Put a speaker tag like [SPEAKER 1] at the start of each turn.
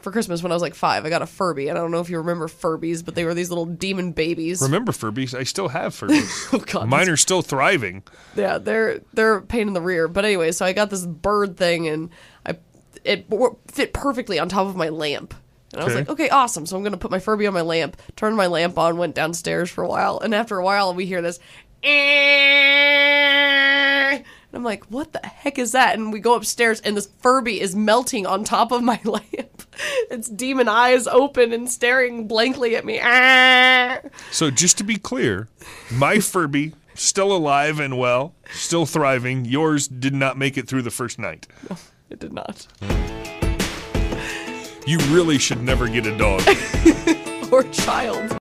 [SPEAKER 1] for Christmas when I was like five. I got a Furby. I don't know if you remember Furbies, but they were these little demon babies.
[SPEAKER 2] Remember Furbies? I still have Furbies.
[SPEAKER 1] Oh, God,
[SPEAKER 2] Mine are still thriving.
[SPEAKER 1] yeah, they're they're a pain in the rear. But anyway, so I got this bird thing, and I it wor- fit perfectly on top of my lamp. And I was
[SPEAKER 2] Okay.
[SPEAKER 1] like, okay, awesome. So I'm gonna put my Furby on my lamp. Turned my lamp on, went downstairs for a while, and after a while, we hear this. And I'm like, what the heck is that? And we go upstairs, and this Furby is melting on top of my lamp. its demon eyes open and staring blankly at me. Ah!
[SPEAKER 2] So just to be clear, my Furby still alive and well, still thriving. Yours did not make it through the first night.
[SPEAKER 1] It did not.
[SPEAKER 2] You really should never get a dog.
[SPEAKER 1] Poor child.